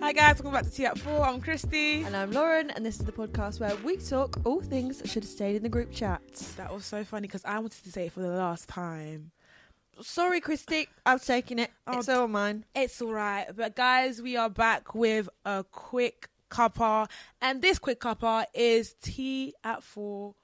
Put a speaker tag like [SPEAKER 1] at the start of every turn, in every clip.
[SPEAKER 1] Hi guys, welcome back to Tea at Four. I'm Christy.
[SPEAKER 2] And I'm Lauren, and this is the podcast where we talk all things that should have stayed in the group chat.
[SPEAKER 1] That was so funny because I wanted to say it for the last time.
[SPEAKER 2] Sorry, Christy, I'm taking it.
[SPEAKER 1] Oh,
[SPEAKER 2] it's all mine.
[SPEAKER 1] It's all right, but guys, we are back with a quick cuppa, and this quick cuppa is Tea at Four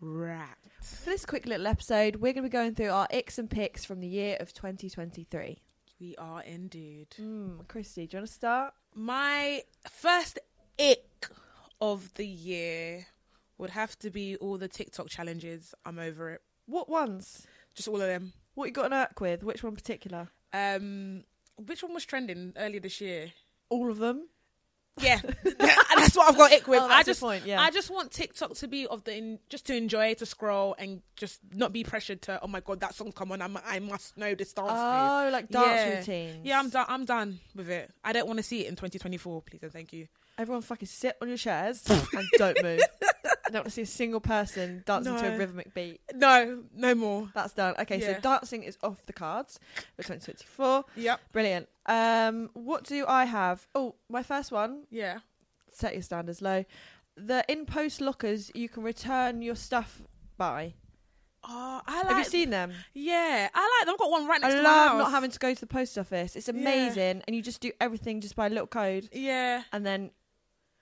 [SPEAKER 1] wrap.
[SPEAKER 2] For this quick little episode, we're going to be going through our icks and picks from the year of 2023.
[SPEAKER 1] We are indeed.
[SPEAKER 2] Mm, Christy, do you want to start?
[SPEAKER 1] My first ick of the year would have to be all the TikTok challenges. I'm over it.
[SPEAKER 2] What ones?
[SPEAKER 1] Just all of them.
[SPEAKER 2] What you got an irk with? Which one in particular?
[SPEAKER 1] Um, which one was trending earlier this year?
[SPEAKER 2] All of them.
[SPEAKER 1] Yeah, that's what I've got ick with.
[SPEAKER 2] Oh, that's
[SPEAKER 1] I
[SPEAKER 2] your
[SPEAKER 1] just,
[SPEAKER 2] point, yeah.
[SPEAKER 1] I just want TikTok to be of the in, just to enjoy, to scroll, and just not be pressured to. Oh my god, that song's come on. I, mu- I must know this dance move.
[SPEAKER 2] Oh, like dance
[SPEAKER 1] Yeah.
[SPEAKER 2] routines.
[SPEAKER 1] Yeah, I'm done. I'm done with it. I don't want to see it in 2024. Please and thank you.
[SPEAKER 2] Everyone fucking sit on your chairs and don't move. I don't want to see a single person dancing to
[SPEAKER 1] No.
[SPEAKER 2] a rhythmic beat.
[SPEAKER 1] No, no more.
[SPEAKER 2] That's done. Okay,
[SPEAKER 1] Yeah.
[SPEAKER 2] so dancing is off the cards for 2024.
[SPEAKER 1] Yep.
[SPEAKER 2] Brilliant. Um, what do I have? Oh, my first one
[SPEAKER 1] Yeah.
[SPEAKER 2] set your standards low. The in post lockers you can return your stuff by.
[SPEAKER 1] Oh, I like.
[SPEAKER 2] Have you seen them?
[SPEAKER 1] Yeah, I like. them. I've got one right
[SPEAKER 2] I
[SPEAKER 1] next to my
[SPEAKER 2] love
[SPEAKER 1] house.
[SPEAKER 2] not having to go to the post office. It's amazing, and you just do everything just by a little code,
[SPEAKER 1] Yeah.
[SPEAKER 2] and then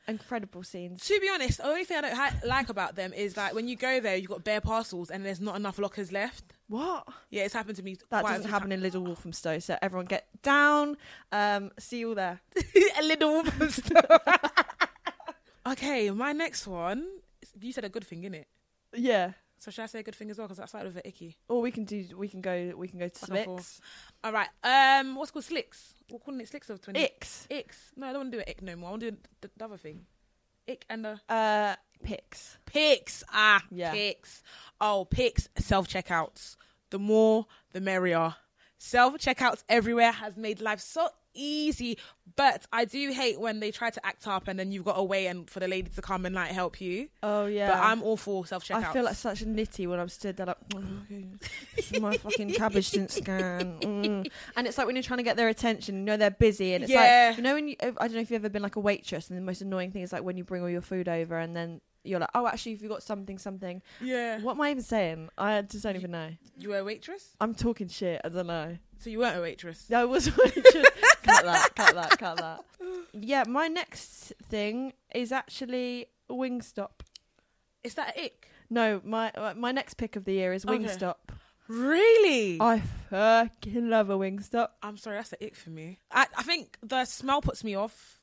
[SPEAKER 2] incredible scenes.
[SPEAKER 1] To be honest, the only thing I don't ha- like about them is like when you go there, you've got bare parcels and there's not enough lockers left.
[SPEAKER 2] What?
[SPEAKER 1] Yeah, it's happened to me.
[SPEAKER 2] That
[SPEAKER 1] quite a
[SPEAKER 2] doesn't
[SPEAKER 1] few
[SPEAKER 2] happen in Little Walthamstow. So everyone get down. Um, see you all there.
[SPEAKER 1] a little woman stuff. okay, my next one. You said a good thing, innit?
[SPEAKER 2] Yeah.
[SPEAKER 1] So should I say a good thing as well? Because that's sort of a icky.
[SPEAKER 2] Or we can do. We can go. We can go to
[SPEAKER 1] Back and forth.
[SPEAKER 2] Slicks.
[SPEAKER 1] All right. Um, what's it called slicks? We're calling it slicks of twenty.
[SPEAKER 2] Icks.
[SPEAKER 1] Icks. No, I don't want to do an ick no more. I want to do the, the other thing. Ick and the
[SPEAKER 2] Uh, picks.
[SPEAKER 1] picks. Ah,
[SPEAKER 2] Yeah.
[SPEAKER 1] picks. Oh, picks. Self checkouts. The more, the merrier. Self checkouts everywhere has made life so easy. But I do hate when they try to act up and then you've got a way and for the lady to come and like help you.
[SPEAKER 2] Oh yeah.
[SPEAKER 1] But I'm all for self checkouts.
[SPEAKER 2] I feel like such a nitty when I'm stood there like, "Oh, okay, this is my fucking cabbage didn't scan. Mm. And it's like when you're trying to get their attention, you know they're busy, and it's
[SPEAKER 1] Yeah.
[SPEAKER 2] like you know when you, I don't know if you've ever been like a waitress, and the most annoying thing is like when you bring all your food over, and then you're like, oh, actually, if you got something, something.
[SPEAKER 1] yeah.
[SPEAKER 2] What am I even saying? I just don't even know.
[SPEAKER 1] You were a waitress?
[SPEAKER 2] I'm talking shit. I don't know.
[SPEAKER 1] So you weren't a waitress?
[SPEAKER 2] That was a waitress. cut that. Cut that. Cut that. Yeah, my next thing is actually Wingstop.
[SPEAKER 1] Is that an ick?
[SPEAKER 2] No, my uh, my next pick of the year is
[SPEAKER 1] Okay.
[SPEAKER 2] Wingstop.
[SPEAKER 1] Really?
[SPEAKER 2] I fucking love a Wingstop.
[SPEAKER 1] I'm sorry, that's the ick for me. I, I think the smell puts me off.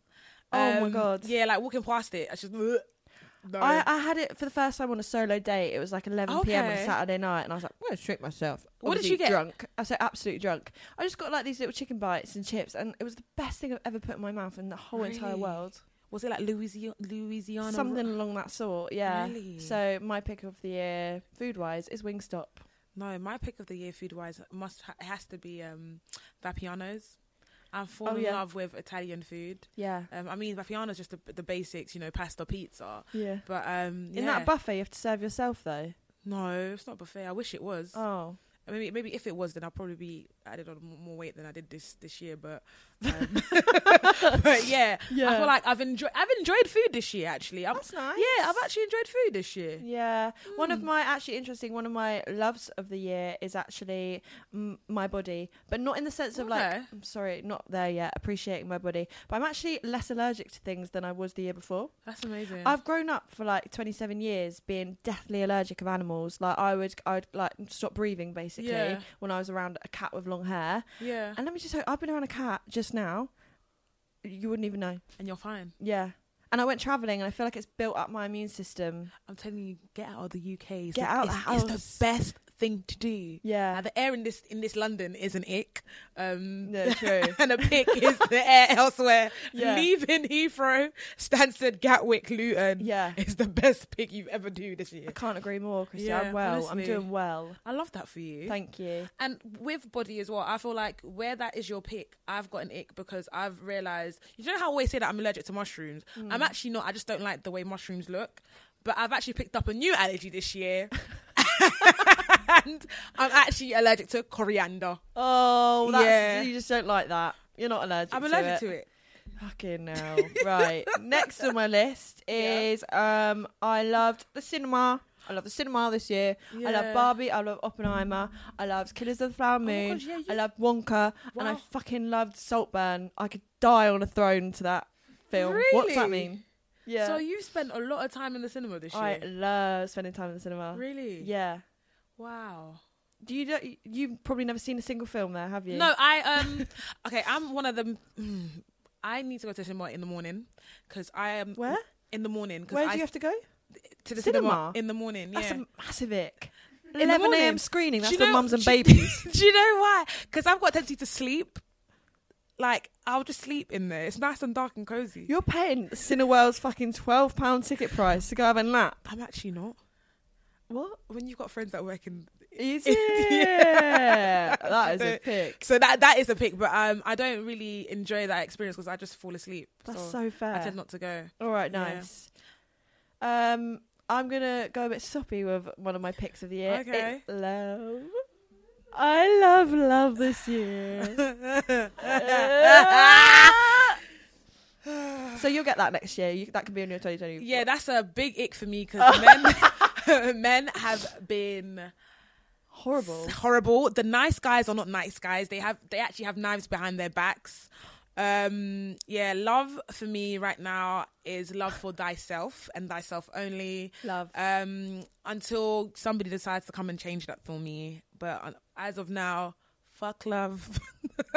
[SPEAKER 1] Um,
[SPEAKER 2] Oh my God.
[SPEAKER 1] Yeah, like walking past it, I just. No.
[SPEAKER 2] I, I had it for the first time on a solo date. It was like 11 p.m. on
[SPEAKER 1] Okay.
[SPEAKER 2] a Saturday night, and I was like, "I'm gonna treat myself."
[SPEAKER 1] What did
[SPEAKER 2] Obviously
[SPEAKER 1] you get?
[SPEAKER 2] Drunk. I was so absolutely drunk. I just got like these little chicken bites and chips, and it was the best thing I've ever put in my mouth in the whole entire
[SPEAKER 1] Really?
[SPEAKER 2] world.
[SPEAKER 1] was it like Louisiana? Louisiana
[SPEAKER 2] Something along that sort, yeah.
[SPEAKER 1] Really?
[SPEAKER 2] So my pick of the year, food-wise, is Wingstop.
[SPEAKER 1] No, my pick of the year food wise must ha- has to be um, Vapiano's. I'm falling
[SPEAKER 2] Oh, yeah.
[SPEAKER 1] in love with Italian food.
[SPEAKER 2] Yeah,
[SPEAKER 1] Um, I mean, Vapiano's just the, the basics, you know, pasta, pizza.
[SPEAKER 2] yeah.
[SPEAKER 1] But um,
[SPEAKER 2] In
[SPEAKER 1] yeah.
[SPEAKER 2] that buffet, you have to serve yourself though.
[SPEAKER 1] no, it's not buffet. I wish it was.
[SPEAKER 2] Oh,
[SPEAKER 1] Maybe maybe if it was, then I'll probably be added on m- more weight than I did this this year, but um, but yeah,
[SPEAKER 2] Yeah.
[SPEAKER 1] I feel like I've enjoyed I've enjoyed food this year actually. I'm,
[SPEAKER 2] That's nice.
[SPEAKER 1] Yeah, I've actually enjoyed food this year.
[SPEAKER 2] Yeah, one
[SPEAKER 1] Mm.
[SPEAKER 2] of my actually interesting one of my loves of the year is actually m- my body, but not in the sense of like
[SPEAKER 1] Okay.
[SPEAKER 2] I'm sorry, not there yet. Appreciating my body, but I'm actually less allergic to things than I was the year before.
[SPEAKER 1] That's amazing.
[SPEAKER 2] I've grown up for like 27 years being deathly allergic of animals. Like I would, I would like stop breathing basically
[SPEAKER 1] Yeah.
[SPEAKER 2] when I was around a cat with long hair.
[SPEAKER 1] yeah,
[SPEAKER 2] And let me just say, I've been around a cat just now. You wouldn't even know.
[SPEAKER 1] and you're fine.
[SPEAKER 2] Yeah. And I went travelling, and I feel like it's built up my immune system.
[SPEAKER 1] I'm telling you, get out of the UK. It's
[SPEAKER 2] Get
[SPEAKER 1] the,
[SPEAKER 2] out
[SPEAKER 1] it's,
[SPEAKER 2] the
[SPEAKER 1] it's the
[SPEAKER 2] house.
[SPEAKER 1] best thing to do.
[SPEAKER 2] Yeah.
[SPEAKER 1] Now, the air in this in this London is an ick. Um,
[SPEAKER 2] No, true.
[SPEAKER 1] and a pick is the air elsewhere.
[SPEAKER 2] Yeah.
[SPEAKER 1] Leaving Heathrow, Stansted, Gatwick, Luton.
[SPEAKER 2] Yeah.
[SPEAKER 1] It's the best pick you've ever do this year.
[SPEAKER 2] I can't agree more, Christy.
[SPEAKER 1] Yeah,
[SPEAKER 2] I'm well.
[SPEAKER 1] honestly.
[SPEAKER 2] I'm doing well.
[SPEAKER 1] I love that for you.
[SPEAKER 2] Thank you.
[SPEAKER 1] And with body as well, I feel like where that is your pick, I've got an ick because I've realized you know how I always say that I'm allergic to mushrooms. I'm actually not. I just don't like the way mushrooms look. But I've actually picked up a new allergy this year, and I'm actually allergic to coriander.
[SPEAKER 2] Oh,
[SPEAKER 1] that's-
[SPEAKER 2] that's,
[SPEAKER 1] Yeah.
[SPEAKER 2] you just don't like that. You're not allergic.
[SPEAKER 1] I'm allergic to it.
[SPEAKER 2] Fucking hell. right. Next on my list is um I loved the cinema. I love the cinema this year. I
[SPEAKER 1] Yeah. Oh
[SPEAKER 2] love Barbie. I love Oppenheimer. I loved Killers of the Flower Moon.
[SPEAKER 1] gosh, yeah, you-
[SPEAKER 2] I loved Wonka. And I
[SPEAKER 1] Wow.
[SPEAKER 2] fucking loved Saltburn. I could die on a throne to that film. What's that
[SPEAKER 1] Really?
[SPEAKER 2] mean? Yeah.
[SPEAKER 1] So you've spent a lot of time in the cinema this year.
[SPEAKER 2] I love spending time in the cinema.
[SPEAKER 1] Really?
[SPEAKER 2] Yeah.
[SPEAKER 1] Wow.
[SPEAKER 2] Do you don't- you've probably never seen a single film there, have you?
[SPEAKER 1] No, I um. okay, I'm one of them. mm, I need to go to the cinema in the morning because I am
[SPEAKER 2] Where?
[SPEAKER 1] in the morning because
[SPEAKER 2] Where do
[SPEAKER 1] I
[SPEAKER 2] you have to go?
[SPEAKER 1] to the cinema,
[SPEAKER 2] Cinema?
[SPEAKER 1] in the morning. Yeah.
[SPEAKER 2] That's a massive ick.
[SPEAKER 1] the
[SPEAKER 2] 11
[SPEAKER 1] morning.
[SPEAKER 2] a.m. screening.
[SPEAKER 1] Do
[SPEAKER 2] That's
[SPEAKER 1] you
[SPEAKER 2] for
[SPEAKER 1] know-
[SPEAKER 2] mums and
[SPEAKER 1] do you-
[SPEAKER 2] babies.
[SPEAKER 1] Do you know why? Because I've got a tendency to sleep. Like I'll just sleep in there. It's nice and dark and cozy.
[SPEAKER 2] You're paying Cineworld's fucking twelve pound ticket price to go have a nap.
[SPEAKER 1] I'm actually not.
[SPEAKER 2] What
[SPEAKER 1] When you've got friends that work in,
[SPEAKER 2] is
[SPEAKER 1] Yeah.
[SPEAKER 2] it? that is a
[SPEAKER 1] Don't-
[SPEAKER 2] pick.
[SPEAKER 1] so that that is a pick. But um, I don't really enjoy that experience because I just fall asleep.
[SPEAKER 2] That's so
[SPEAKER 1] I
[SPEAKER 2] fair.
[SPEAKER 1] tend not to go.
[SPEAKER 2] All right,
[SPEAKER 1] Yeah.
[SPEAKER 2] nice. Um, I'm gonna go a bit soppy with one of my picks of the year.
[SPEAKER 1] Okay.
[SPEAKER 2] It's love. I love love this year. so you'll get that next year. You, that could be on your 2020.
[SPEAKER 1] Yeah, that's a big ick for me because men men have been
[SPEAKER 2] horrible.
[SPEAKER 1] horrible. The nice guys are not nice guys. They have they actually have knives behind their backs. Um yeah, love for me right now is love for thyself and thyself only.
[SPEAKER 2] Love.
[SPEAKER 1] Um until somebody decides to come and change that for me. But uh, as of now, fuck love.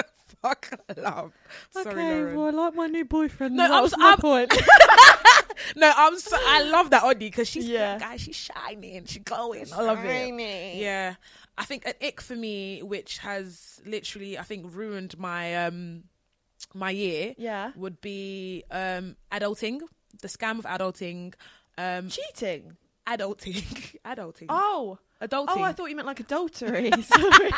[SPEAKER 1] fuck love. Sorry, Lauren.
[SPEAKER 2] I like my new boyfriend.
[SPEAKER 1] No,
[SPEAKER 2] No,
[SPEAKER 1] I'm
[SPEAKER 2] that was
[SPEAKER 1] s-
[SPEAKER 2] my
[SPEAKER 1] I'm-
[SPEAKER 2] point.
[SPEAKER 1] No, I'm so, I love that Oddie because she's
[SPEAKER 2] Yeah.
[SPEAKER 1] guys, she's shining, she's glowing. I love it. Yeah, I think an ick for me, which has literally, I think, ruined my um my year.
[SPEAKER 2] Yeah.
[SPEAKER 1] would be um adulting, the scam of adulting, um
[SPEAKER 2] Cheating.
[SPEAKER 1] adulting, adulting,
[SPEAKER 2] Oh,
[SPEAKER 1] adulting.
[SPEAKER 2] Oh, I thought you meant like adultery. Sorry.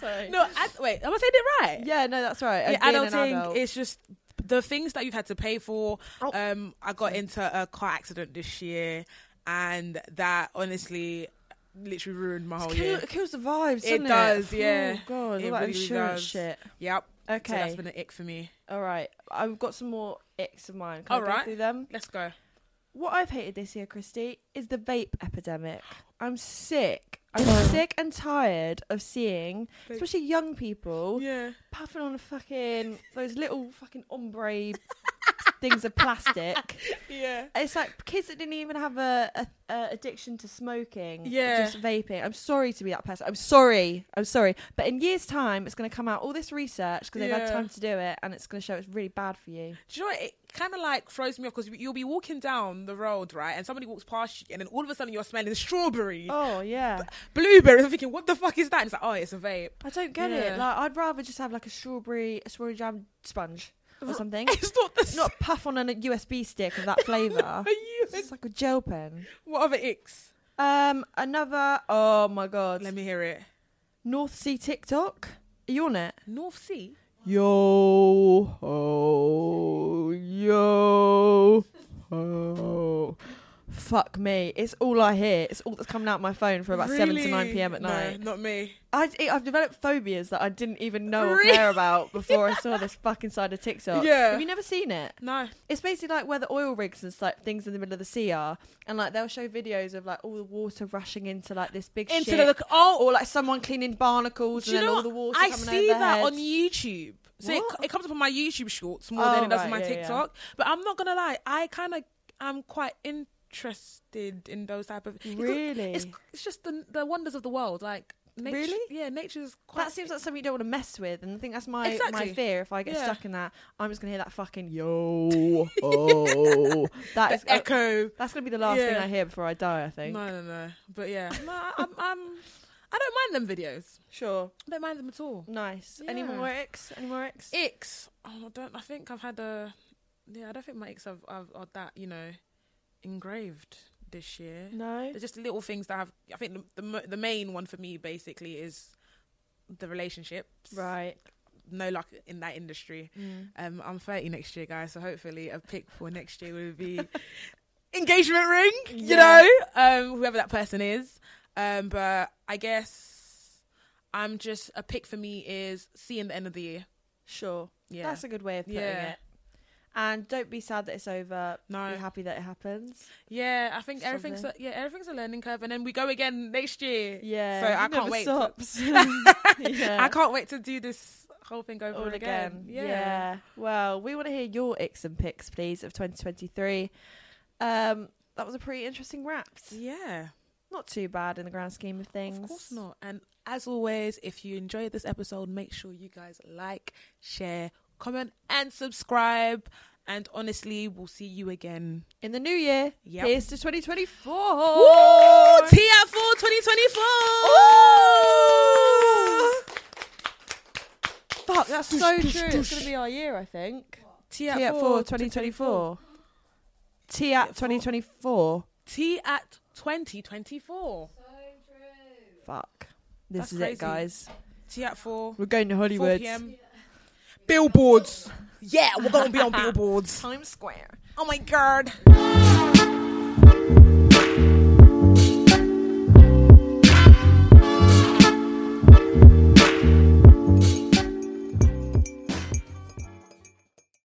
[SPEAKER 2] Sorry.
[SPEAKER 1] no, ad- wait, am I saying it right?
[SPEAKER 2] Yeah, no, that's right.
[SPEAKER 1] yeah,
[SPEAKER 2] Being an
[SPEAKER 1] adulting
[SPEAKER 2] adult.
[SPEAKER 1] it's just the things that you've had to pay for
[SPEAKER 2] Oh.
[SPEAKER 1] um i got into a car accident this year and that honestly literally ruined my whole
[SPEAKER 2] Kill-
[SPEAKER 1] year
[SPEAKER 2] it kills the vibes.
[SPEAKER 1] Oh, it
[SPEAKER 2] doesn't
[SPEAKER 1] does
[SPEAKER 2] Ooh,
[SPEAKER 1] yeah
[SPEAKER 2] God,
[SPEAKER 1] it
[SPEAKER 2] all that
[SPEAKER 1] really
[SPEAKER 2] insurance
[SPEAKER 1] does.
[SPEAKER 2] shit.
[SPEAKER 1] yep so that's
[SPEAKER 2] Okay.
[SPEAKER 1] been an ick for me
[SPEAKER 2] All right, I've got some more icks of mine. Can
[SPEAKER 1] All
[SPEAKER 2] I
[SPEAKER 1] right.
[SPEAKER 2] go through them?
[SPEAKER 1] let's go
[SPEAKER 2] What I've hated this year, Christy, is the vape epidemic. I'm sick. I'm sick and tired of seeing, especially young people,
[SPEAKER 1] yeah
[SPEAKER 2] puffing on a fucking those little fucking ombre things of plastic.
[SPEAKER 1] yeah
[SPEAKER 2] It's like kids that didn't even have a, a, a addiction to smoking,
[SPEAKER 1] Yeah.
[SPEAKER 2] just vaping. I'm sorry to be that person. I'm sorry. I'm sorry. But in years' time, it's going to come out all this research because they've
[SPEAKER 1] Yeah.
[SPEAKER 2] had time to do it, and it's going to show it's really bad for you.
[SPEAKER 1] do you know what? it kind of like throws me off because you'll be walking down the road right and somebody walks past you and then all of a sudden you're smelling strawberries
[SPEAKER 2] Oh yeah,
[SPEAKER 1] blueberries i'm thinking what the fuck is that and it's like oh it's a vape
[SPEAKER 2] I don't get
[SPEAKER 1] Yeah.
[SPEAKER 2] it. Like I'd rather just have like a strawberry, a strawberry jam sponge or something.
[SPEAKER 1] it's not the
[SPEAKER 2] Not a puff on a USB stick of that flavour.
[SPEAKER 1] Are you?
[SPEAKER 2] It's like a gel pen.
[SPEAKER 1] What other icks?
[SPEAKER 2] Um, another. Oh my god,
[SPEAKER 1] Let me hear it.
[SPEAKER 2] North Sea TikTok. Are you on it?
[SPEAKER 1] North Sea.
[SPEAKER 2] Yo ho yo ho. Fuck me. It's all I hear. It's all that's coming out my phone for about 7 to 9
[SPEAKER 1] Really?
[SPEAKER 2] p.m. at
[SPEAKER 1] No,
[SPEAKER 2] night.
[SPEAKER 1] not me.
[SPEAKER 2] I, I've developed phobias that I didn't even know or
[SPEAKER 1] Really?
[SPEAKER 2] care about before I saw this fucking side of TikTok.
[SPEAKER 1] Yeah.
[SPEAKER 2] Have you never seen it?
[SPEAKER 1] No.
[SPEAKER 2] It's basically like where the oil rigs and like things in the middle of the sea are, and like they'll show videos of like all the water rushing into like this big
[SPEAKER 1] Into
[SPEAKER 2] ship,
[SPEAKER 1] the- oh.
[SPEAKER 2] or like someone cleaning barnacles
[SPEAKER 1] Do you know
[SPEAKER 2] and then all
[SPEAKER 1] what?
[SPEAKER 2] the water
[SPEAKER 1] I
[SPEAKER 2] coming
[SPEAKER 1] see
[SPEAKER 2] over their
[SPEAKER 1] that on
[SPEAKER 2] heads.
[SPEAKER 1] YouTube. So it,
[SPEAKER 2] What?
[SPEAKER 1] it comes up on my YouTube shorts more
[SPEAKER 2] Oh,
[SPEAKER 1] than it does on my
[SPEAKER 2] right, yeah, yeah.
[SPEAKER 1] TikTok. But I'm not gonna lie, I kind of am quite interested in those type of. because It's,
[SPEAKER 2] Really?
[SPEAKER 1] it's just the the wonders of the world, like nature.
[SPEAKER 2] Really?
[SPEAKER 1] Yeah, nature's quite.
[SPEAKER 2] That seems like something you don't want to mess with, and I think that's my my
[SPEAKER 1] Exactly.
[SPEAKER 2] fear. If I get
[SPEAKER 1] Yeah.
[SPEAKER 2] stuck in that, I'm just gonna hear that fucking yo, oh, that is
[SPEAKER 1] The echo.
[SPEAKER 2] That's gonna be the last thing
[SPEAKER 1] Yeah.
[SPEAKER 2] I hear before I die. I think.
[SPEAKER 1] No, no, no. But yeah, no, I- I'm, I'm. I don't mind them videos.
[SPEAKER 2] Sure.
[SPEAKER 1] I don't mind them at all.
[SPEAKER 2] Nice. Any
[SPEAKER 1] Yeah.
[SPEAKER 2] more X? Any more X?
[SPEAKER 1] Icks. Oh, I don't. I think I've had a. Yeah, I don't think my icks have, have are that you know engraved this year.
[SPEAKER 2] no.
[SPEAKER 1] They're just little things that have. I think the the, mo- the main one for me basically is the relationships.
[SPEAKER 2] Right.
[SPEAKER 1] No luck in that industry. Um, I'm 30 next year, guys. So hopefully a pick for next year would be engagement ring. You
[SPEAKER 2] Yeah.
[SPEAKER 1] know, um, whoever that person is. Um, but I guess I'm just a pick for me is seeing the end of the year.
[SPEAKER 2] Sure.
[SPEAKER 1] Yeah.
[SPEAKER 2] That's a good way of putting
[SPEAKER 1] Yeah.
[SPEAKER 2] it. And don't be sad that it's over.
[SPEAKER 1] No.
[SPEAKER 2] Be happy that it happens.
[SPEAKER 1] Yeah, I think
[SPEAKER 2] Something.
[SPEAKER 1] everything's a, yeah everything's a learning curve, and then we go again next year.
[SPEAKER 2] Yeah.
[SPEAKER 1] so
[SPEAKER 2] it
[SPEAKER 1] I
[SPEAKER 2] never
[SPEAKER 1] can't wait. to-
[SPEAKER 2] Stops. yeah.
[SPEAKER 1] I can't wait to do this whole thing over
[SPEAKER 2] all
[SPEAKER 1] and
[SPEAKER 2] again.
[SPEAKER 1] again.
[SPEAKER 2] Yeah. Well, we want to hear your icks and picks, please, of 2023. Um, that was a pretty interesting wrap.
[SPEAKER 1] yeah,
[SPEAKER 2] Not too bad in the grand scheme of things.
[SPEAKER 1] Of course not. And as always, if you enjoyed this episode, make sure you guys like, share, comment, and subscribe. And honestly, we'll see you again.
[SPEAKER 2] In the new year,
[SPEAKER 1] Yep.
[SPEAKER 2] here's to 2024.
[SPEAKER 1] Woo! TF4 2024.
[SPEAKER 2] Fuck, that's so true. It's going to be our year, I think. T at 4 2024. T at 2024.
[SPEAKER 1] T at 2024.
[SPEAKER 2] Fuck. This
[SPEAKER 1] That's
[SPEAKER 2] is
[SPEAKER 1] crazy.
[SPEAKER 2] it, guys.
[SPEAKER 1] T at 4.
[SPEAKER 2] We're going to
[SPEAKER 1] 4
[SPEAKER 2] Hollywood.
[SPEAKER 1] p.m. Billboards. Yeah, we're going to be on billboards.
[SPEAKER 2] Times Square.
[SPEAKER 1] Oh my god.